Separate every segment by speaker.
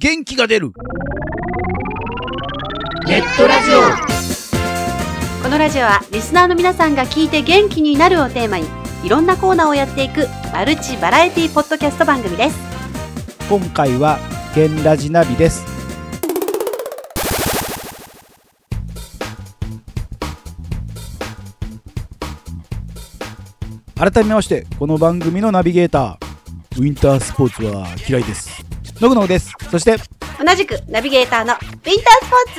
Speaker 1: 元気が出る
Speaker 2: ネットラジオ
Speaker 3: このラジオはリスナーの皆さんが聞いて元気になるをテーマにいろんなコーナーをやっていくマルチバラエティポッドキャスト番組です
Speaker 4: 今回はゲンラジナビです改めましてこの番組のナビゲーターウィンタースポーツは嫌いですノグノグですそして
Speaker 3: 同じくナビゲーターのウィンタースポー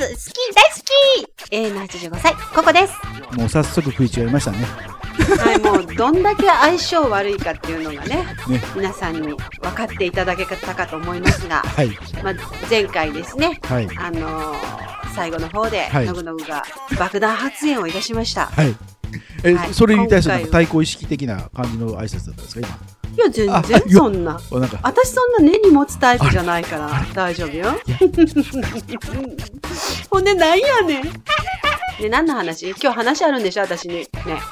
Speaker 3: ツ好き大好き永遠の85歳ここです
Speaker 4: もう早速食い違いましたね
Speaker 3: はい、もうどんだけ相性悪いかっていうのが ね
Speaker 4: ね
Speaker 3: 皆さんに分かっていただけたかと思います が、
Speaker 4: はい
Speaker 3: まあ、前回ですね、
Speaker 4: はい
Speaker 3: あのー最後の方で
Speaker 4: はい
Speaker 3: ノグノグが爆弾発言をいたしました。
Speaker 4: はいえ、
Speaker 3: はい
Speaker 4: それに対してなんか
Speaker 3: 今回
Speaker 4: 対抗意識的な感じの挨拶だったんですか
Speaker 3: いや全
Speaker 4: あ
Speaker 3: 然
Speaker 4: はいよ
Speaker 3: そんな
Speaker 4: 今あなんか
Speaker 3: 私そんな根に持つタイプじゃないから大丈夫よ。 ほんでなんやねん。ね何の話今日話あるんでしょ私に。ね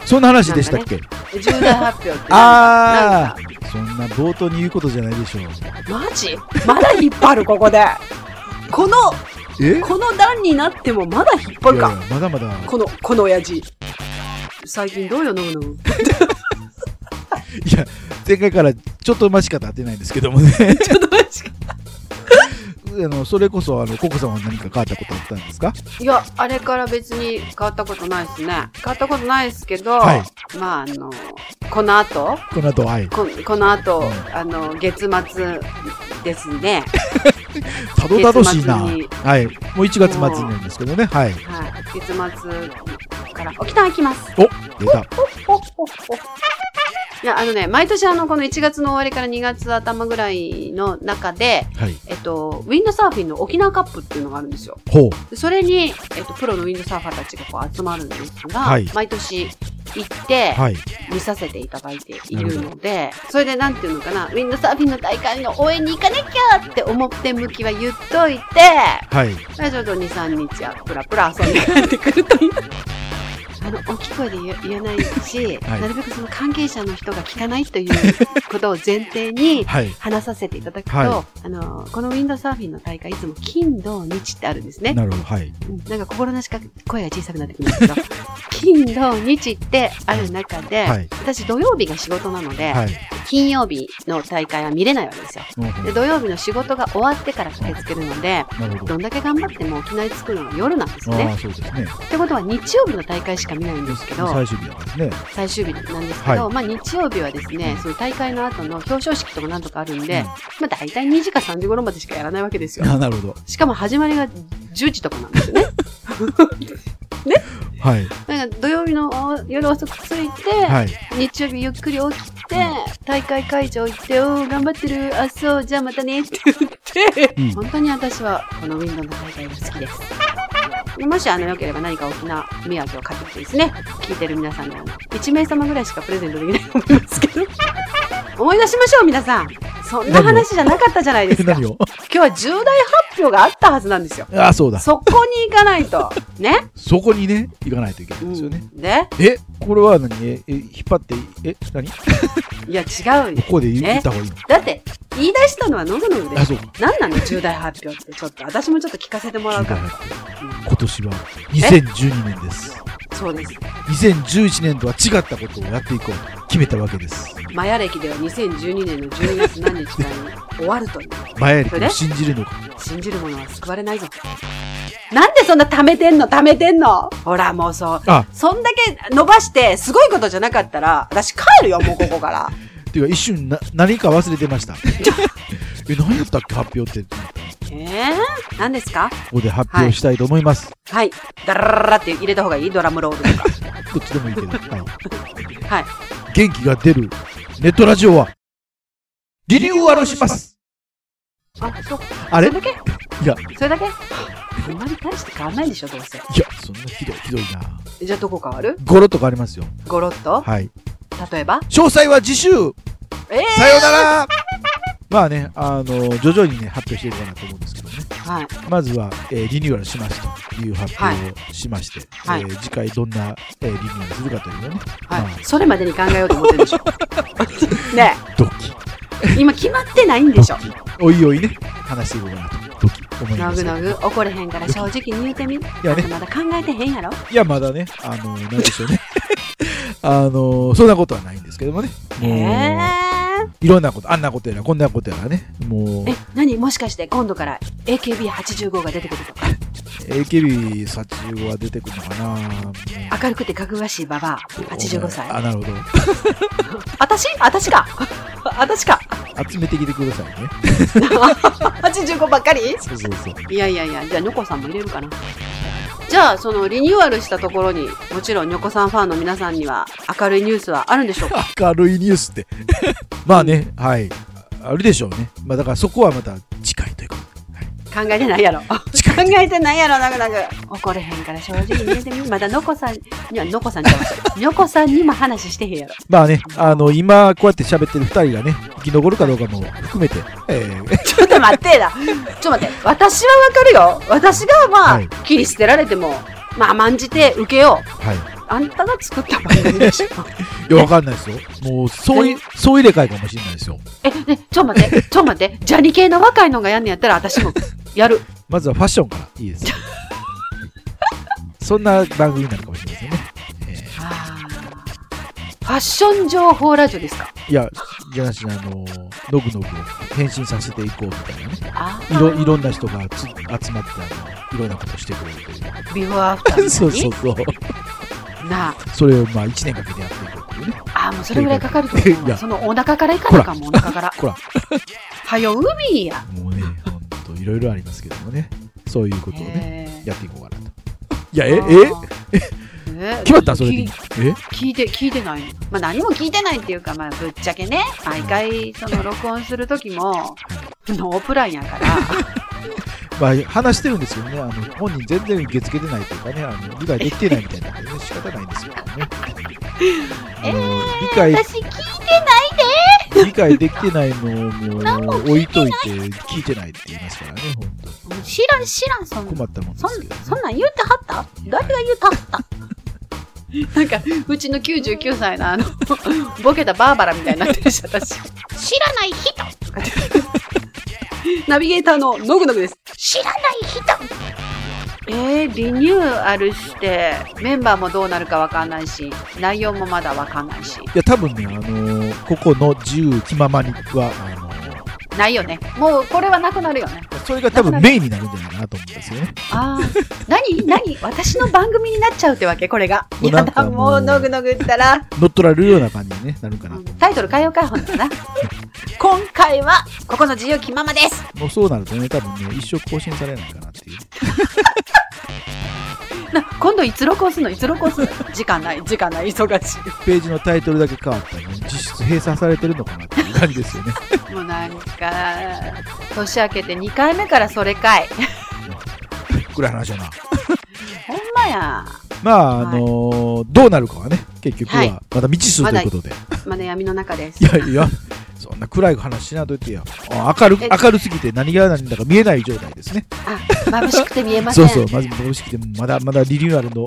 Speaker 4: そんな話でしたっけ、
Speaker 3: 重大発表って何だ
Speaker 4: ああそんな冒頭に言うことじゃないでしょう
Speaker 3: マジまだ引っ張るここでこの
Speaker 4: え
Speaker 3: この段になってもまだ引っ張る
Speaker 4: い
Speaker 3: か
Speaker 4: やいやまだまだ
Speaker 3: このこの親父最近どうよ飲むの
Speaker 4: いや前回からちょっと間しか経ってないんですけど もね あのそれこそあのココさんは何か変わったことあったんですか
Speaker 3: いやあれから別に変わったことないですね変わったことないですけど、
Speaker 4: はい
Speaker 3: まああのこの後
Speaker 4: この後はい
Speaker 3: ここの後、
Speaker 4: うん
Speaker 3: あの月末ですね、
Speaker 4: たどたどしいな
Speaker 3: 月末に
Speaker 4: はいもう1月末になるんですけどねはい
Speaker 3: はい、月末から沖縄行きます
Speaker 4: お出た
Speaker 3: いやあのね毎年あのこの1月の終わりから2月頭ぐらいの中で
Speaker 4: はい
Speaker 3: えっと、ウィンドサーフィンの沖縄カップっていうのがあるんですよ。
Speaker 4: ほう
Speaker 3: でそれに、えっと、プロのウィンドサーファーたちがこう集まるんですが、
Speaker 4: はい
Speaker 3: 毎年行って
Speaker 4: はい
Speaker 3: 見させていただいているので、それでなんていうのかな、ウィンドサーフィンの大会の応援に行かなきゃって思って向きは言っといて、
Speaker 4: はい
Speaker 3: それでちょっと2、3日はプラプラ遊んで帰ってくるという。あの、大きい声で言え言えないし、
Speaker 4: はい
Speaker 3: なるべくその関係者の人が聞かないということを前提に、
Speaker 4: はい
Speaker 3: 話させていただくと、
Speaker 4: は
Speaker 3: あのこのウィンドサーフィンの大会いつも金土日ってあるんですね。
Speaker 4: なるほどはい
Speaker 3: うんなんか心なしか声が小さくなってくるんで すけど金土日ってある中で、
Speaker 4: はい
Speaker 3: 私土曜日が仕事なので、
Speaker 4: はい
Speaker 3: 金曜日の大会は見れないわけですよ。
Speaker 4: ほうほ
Speaker 3: で土曜日の仕事が終わってから駆けつけるので
Speaker 4: うなるほど
Speaker 3: どんだけ頑張っても沖縄に着くのが夜なんですよ
Speaker 4: あ
Speaker 3: ね
Speaker 4: あ。そうですね
Speaker 3: ってことは日曜日の大会しか見ないんですけど
Speaker 4: 最終日なんですね
Speaker 3: 最終日なんですけど、
Speaker 4: は
Speaker 3: まあ日曜日はですね、その大会の後の表彰式とかなんとかあるんで、
Speaker 4: うん
Speaker 3: まあ大体2時か3時頃までしかやらないわけですよ。
Speaker 4: あなるほど
Speaker 3: しかも始まりが10時とかなんですよね。
Speaker 4: はい
Speaker 3: なんか土曜日の夜遅く着いて、
Speaker 4: はい
Speaker 3: 日曜日ゆっくり起きて、大会会場行って、おー頑張ってる、あ、そう、じゃあまたねって言って、
Speaker 4: うん
Speaker 3: 本当に私はこのウィンドウの大会が好きです。もしあの、良ければ何か沖縄土産を買ってきてですね、聞いてる皆さんにあの、1名様ぐらいしかプレゼントできないと思いますけど、思い出しましょう皆さん。そんな話じゃなかったじゃないで
Speaker 4: え
Speaker 3: すか。今
Speaker 4: 何を
Speaker 3: 日は重大発表があったはずなんですよ。
Speaker 4: ああそうだ
Speaker 3: そこに行かないと。 ね。
Speaker 4: そこにね行かないといけない
Speaker 3: うん
Speaker 4: ですよね
Speaker 3: んで
Speaker 4: えこれは何ええ引っ張ってえ何こ
Speaker 3: いや、違うよ。
Speaker 4: こで言った方がいいの
Speaker 3: だって、言い出したのはノグノグで
Speaker 4: あそ
Speaker 3: す。
Speaker 4: うか
Speaker 3: 何なの重大発表って。ちょっと、私もちょっと聞かせてもらうから。
Speaker 4: 今年は2012年です
Speaker 3: そうです。
Speaker 4: 2011年とは違ったことをやっていこうと決めたわけです
Speaker 3: マヤ歴では2012年の12月何日かに終わるという。
Speaker 4: 前よりを信じるのか
Speaker 3: 信じる者は救われないぞ。なんでそんな貯めてんの貯めてんのほら、もうそう。
Speaker 4: あ
Speaker 3: そんだけ伸ばして、すごいことじゃなかったら、私帰るよ、もうここから。
Speaker 4: っていうか一瞬な何か忘れてました え何やったっけ発表ってこ
Speaker 3: ええー、何ですか
Speaker 4: こで発表したいと思います、
Speaker 3: はい。ダララララって入れた方がいいドラムロールとか。
Speaker 4: どっちでもいいけど、はい、
Speaker 3: はい。
Speaker 4: 元気が出るネットラジオはリニューアルします
Speaker 3: あ、そう
Speaker 4: あれい
Speaker 3: それだけ
Speaker 4: や
Speaker 3: それだけ あんまり大して変わんないでしょ、どうせ。
Speaker 4: いやそんなひどいひどいな
Speaker 3: じゃあどこ変わる
Speaker 4: ゴロとかありますよ
Speaker 3: ゴロッと
Speaker 4: はい
Speaker 3: 例えば
Speaker 4: 詳細は次週
Speaker 3: ええ
Speaker 4: さようならまあね、あの、徐々にね、発表していこうかなと思うんですけどね。
Speaker 3: はい。
Speaker 4: まずは、えーリニューアルしますという発表をしまして、
Speaker 3: はい
Speaker 4: えー次回どんな、えーリニューアルするかというのをね、
Speaker 3: は
Speaker 4: ま
Speaker 3: い。それまでに考えようと思ってるでしょ。ね
Speaker 4: あ、ドキ。
Speaker 3: 今決まってないんでしょ。
Speaker 4: おいおいね、話していこうかなと、ドキ思い
Speaker 3: な
Speaker 4: ま
Speaker 3: ぐ
Speaker 4: す。
Speaker 3: なぐ怒れへんから正直に言うてみ。
Speaker 4: いやね
Speaker 3: まだ考えてへんやろ。
Speaker 4: いや、まだね、あの、なんでしょうね。 あの、そんなことはないんですけどもね。
Speaker 3: え
Speaker 4: も
Speaker 3: ー、
Speaker 4: う、いろんなこと、あんなことやら、こんなことやらね、もう
Speaker 3: え、、何もしかして今度から AKB85 が出てくるとか、
Speaker 4: AKB85 は出てくるのかな
Speaker 3: 明るくてかぐわしいババア、85歳。
Speaker 4: あ、なるほど。
Speaker 3: あたしあたしか あたしか
Speaker 4: 集めてきてくださいね。
Speaker 3: 85ばっかり
Speaker 4: そうそうそう。
Speaker 3: いやいやいや、じゃあ、にょこさんも入れるかな。じゃあ、そのリニューアルしたところに、もちろんにょこさんファンの皆さんには、明るいニュースはあるん でしょうか
Speaker 4: 明るいニュースって。 まあね、はい。あるでしょうね。まあだからそこはまた近いというか。
Speaker 3: 考えてないやろ。考
Speaker 4: 近い。
Speaker 3: えてないやろ、なくなく。怒れへんから正直に言うてみ。まだのこさんには、のこさんじゃない。にょこさんにも話してへんやろ。
Speaker 4: まあね、あの、今こうやって喋ってる二人がね、生き残るかどうかも含めて、えー
Speaker 3: ちょっと待ってだ。ちょっと待って。私はわかるよ。私がまあ、
Speaker 4: はい
Speaker 3: 切り捨てられても、まあ甘んじて受けよう。
Speaker 4: はい。
Speaker 3: あんたが作った番組で しょ。
Speaker 4: いや、わかんないですよ。もう、そうい、そう入れ替えかもしれないですよ。
Speaker 3: え、ね、ちょっと待って。ちょっと待って。ジャニ系の若いのがやんねやったら、私もやる。
Speaker 4: まずはファッションからいいですよ。そんな番組になるかもしれないですよね。
Speaker 3: あーファッション情報ラジオですか
Speaker 4: いや、じゃなしにあの、ノグノグを変身させていこうみたいなね。
Speaker 3: あ
Speaker 4: いろいろんな人がつ集まってあのいろんなことしてくれるという
Speaker 3: ビフォーアフターみたい に
Speaker 4: そうそうそう
Speaker 3: なあ
Speaker 4: それをまあ1年かけてやっていこうっていうね
Speaker 3: あーもうそれぐらいかかると思う
Speaker 4: いや
Speaker 3: わそのお腹からいかなあかんもんお腹から
Speaker 4: ほら
Speaker 3: はよ海や
Speaker 4: もうねほんといろいろありますけどもねそういうことをね
Speaker 3: え
Speaker 4: やっていこうかなといや
Speaker 3: ー
Speaker 4: ええ
Speaker 3: え
Speaker 4: 決まったそれでいい
Speaker 3: き
Speaker 4: え
Speaker 3: 聞いて聞いてないのまあ何も聞いてないっていうかまあぶっちゃけね毎回その録音する時もノープランやから
Speaker 4: まあ話してるんですけどねあの本人全然受け付けてないというかねあの理解できてないみたいなんでね仕方ないん ですよね
Speaker 3: えー
Speaker 4: もう理解
Speaker 3: 私聞いて
Speaker 4: 理解できてないのをもう置いといて聞いてないって言いますからねほんと
Speaker 3: 知らん知らんそんな
Speaker 4: 困ったもんで
Speaker 3: そん
Speaker 4: すけどね
Speaker 3: そんなん言うてはった誰が言うてはったなんかうちの99歳のあ のボケたバーバラみたいになってるし私
Speaker 2: 知らない人
Speaker 3: ナビゲーターのノグノグです
Speaker 2: 知らない人
Speaker 3: えー、リニューアルしてメンバーもどうなるかわかんないし内容もまだわかんないし
Speaker 4: いや、多分ね、あのーここの自由気ままには、あのー
Speaker 3: ないよねもうこれはなくなるよね
Speaker 4: それが多分メインになるんじゃないかなと思うんですよね。
Speaker 3: あ あ何何私の番組になっちゃうってわけこれが
Speaker 4: もう
Speaker 3: や
Speaker 4: なんか
Speaker 3: だもう
Speaker 4: もう
Speaker 3: ノグノグったら
Speaker 4: 乗っ取られるような感じに、ね、なるかな。
Speaker 3: タイトル変えようかほんなら 今回はここの自由気ままです
Speaker 4: もうそうなるとね、多分ね、一生更新されないかなっていう。
Speaker 3: な今度いつ録音するのいつ録音するの時間ない時間ない忙し
Speaker 4: ページのタイトルだけ変わったら、ね、実質閉鎖されてるのかなっていう感じですよ ね。
Speaker 3: いもうなんか年明けて2回目からそれかい
Speaker 4: ぐらいの話やな。
Speaker 3: ほんまや
Speaker 4: まあ、あのーどうなるかはね、結局
Speaker 3: はい
Speaker 4: は、まだ未知数ということで。
Speaker 3: まだ闇の中です
Speaker 4: い、やいや、そんな暗い話しなといてや。あ明るく、
Speaker 3: え
Speaker 4: 明るすぎて何が何だか見えない状態ですね。
Speaker 3: あ眩しくて見えませ
Speaker 4: そ
Speaker 3: ん
Speaker 4: うそう、まず美味しくて、まだまだリニューアルの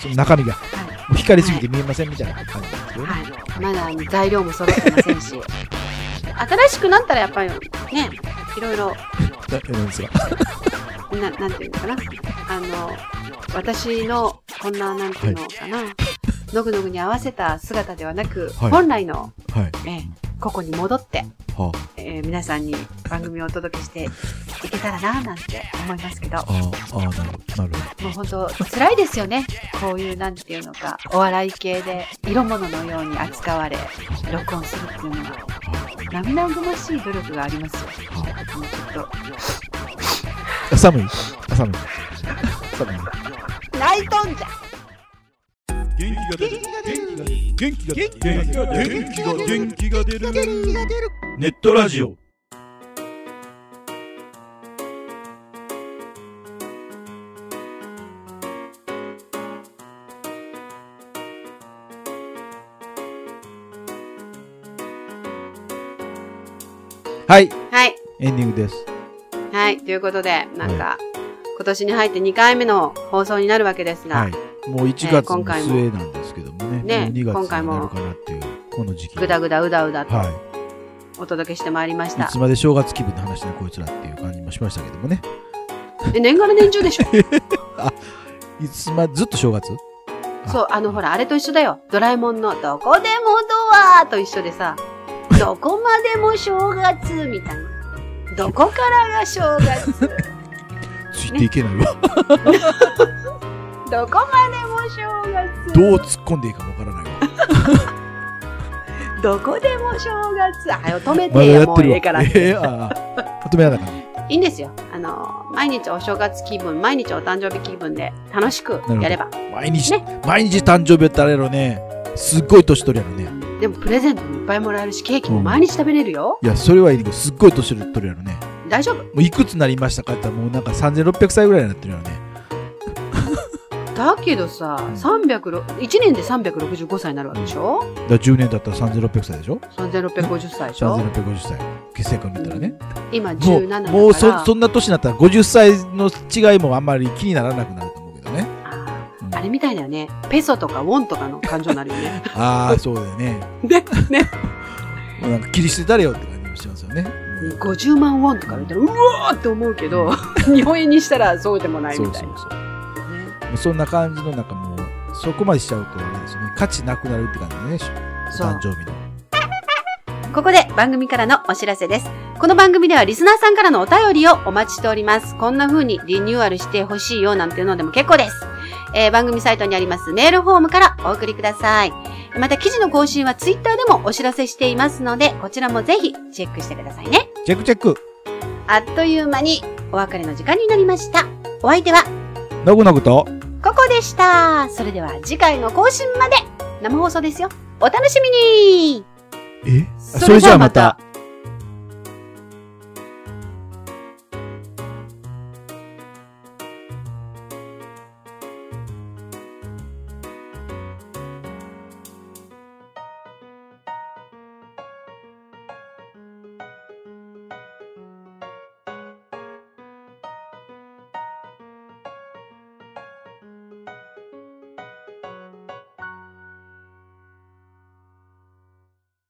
Speaker 4: その中身が、
Speaker 3: は
Speaker 4: 光りすぎて見えませんみたいな感じなんですけどね。
Speaker 3: はい、まだあの材料も揃ってませんし新しくなったらやっぱりねいろいろ
Speaker 4: ななんですが。
Speaker 3: ななんていうのかなあの私のこんななんていうのかな、のぐのぐに合わせた姿ではなく、
Speaker 4: はい
Speaker 3: 本来の、
Speaker 4: はい。
Speaker 3: ええここに戻って
Speaker 4: は
Speaker 3: えー皆さんに番組をお届けしていけたらなぁなんて思いますけど
Speaker 4: あ、、ああ、なるほど。なるほ
Speaker 3: もう本当辛いですよね。こういうなんていうのか、お笑い系で色物のように扱われ、録音するっていうのは、涙ぐましい努力がありますよ。もうちょっ
Speaker 4: ど。寒い寒い。寒い。
Speaker 3: と、泣いとんじゃ
Speaker 1: 元気が出る元気が出る元気が出る元気が出る元気が出るネットラジオ
Speaker 4: はい、
Speaker 3: はい。
Speaker 4: エンディングです。
Speaker 3: はい。ということで、なんか、今年に入って2回目の放送になるわけですが、
Speaker 4: はい。もう1月
Speaker 3: 今
Speaker 4: の
Speaker 3: 回も
Speaker 4: 末なんですけどもね、
Speaker 3: ね
Speaker 4: もう2
Speaker 3: 今
Speaker 4: 月
Speaker 3: 回
Speaker 4: に
Speaker 3: も
Speaker 4: なるかなっていう、この時期。
Speaker 3: ぐだぐだうだうだと、
Speaker 4: は
Speaker 3: お届けしてまいりました
Speaker 4: つまで正月気分の話ねこいつらっていう感じもしましたけどもね
Speaker 3: え年がら年中でしょ
Speaker 4: いつまずっと正月
Speaker 3: そうあのほらあれと一緒だよドラえもんの「どこでもドア」と一緒でさ「どこまでも正月」みたいな「どこからが正 月」
Speaker 4: ついていけない わ、
Speaker 3: 「どこまでも正月」
Speaker 4: どう突っ込んでいいかもわからないわ
Speaker 3: どこでも正月あよ止め
Speaker 4: まだ
Speaker 3: て
Speaker 4: や
Speaker 3: よも
Speaker 4: っ
Speaker 3: う
Speaker 4: てる
Speaker 3: え
Speaker 4: わ
Speaker 3: えから、
Speaker 4: えー、ああまとめなかった
Speaker 3: いいんですよあの毎日お正月気分毎日お誕生日気分で楽しくやれば
Speaker 4: 毎日、毎日誕生日やったらやろねすっごい年取るやろね
Speaker 3: でもプレゼントもいっぱいもらえるしケーキも
Speaker 4: うん
Speaker 3: 毎日食べれるよ、
Speaker 4: いやそれはいいけどすっごい年取るやろね
Speaker 3: 大丈夫
Speaker 4: もういくつになりましたかって言ったらもうなんか3600歳ぐらいになってるやろね
Speaker 3: だけどさ306 1年で365歳になるわけでしょ
Speaker 4: だから10年だったら3600歳でしょ
Speaker 3: 3650歳でしょ
Speaker 4: 3650歳結成から見たらね
Speaker 3: 今
Speaker 4: も
Speaker 3: 17
Speaker 4: う
Speaker 3: だから
Speaker 4: もうそそんな年になったら50歳の違いもあんまり気にならなくなると思うけどね、
Speaker 3: あ
Speaker 4: う
Speaker 3: ー
Speaker 4: ん
Speaker 3: あれみたいだよねペソとかウォンとかの感情になる よね
Speaker 4: ああそうだよね
Speaker 3: でね
Speaker 4: もうなんか切り捨てたれよって感じもしますよね
Speaker 3: 50万ウォンとか見たらうわーって思うけど日本円にしたらそうでもない
Speaker 4: そう
Speaker 3: み
Speaker 4: そ
Speaker 3: た
Speaker 4: う
Speaker 3: いな
Speaker 4: そうもうそんな感じのなんかもうそこまでしちゃうとあれですね価値なくなるって感じだねお
Speaker 3: そう
Speaker 4: 誕生日の
Speaker 3: ここで番組からのお知らせです。この番組ではリスナーさんからのお便りをお待ちしております。こんな風にリニューアルしてほしいよなんていうのでも結構です。えー番組サイトにありますメールフォームからお送りください。また記事の更新はツイッターでもお知らせしていますので、こちらもぜひチェックしてくださいね。
Speaker 4: チェックチェック
Speaker 3: あっという間にお別れの時間になりました。お相手は
Speaker 4: ノグノグと
Speaker 3: ここでした。それでは次回の更新まで生放送ですよ。お楽しみに
Speaker 4: え
Speaker 3: それじゃあまた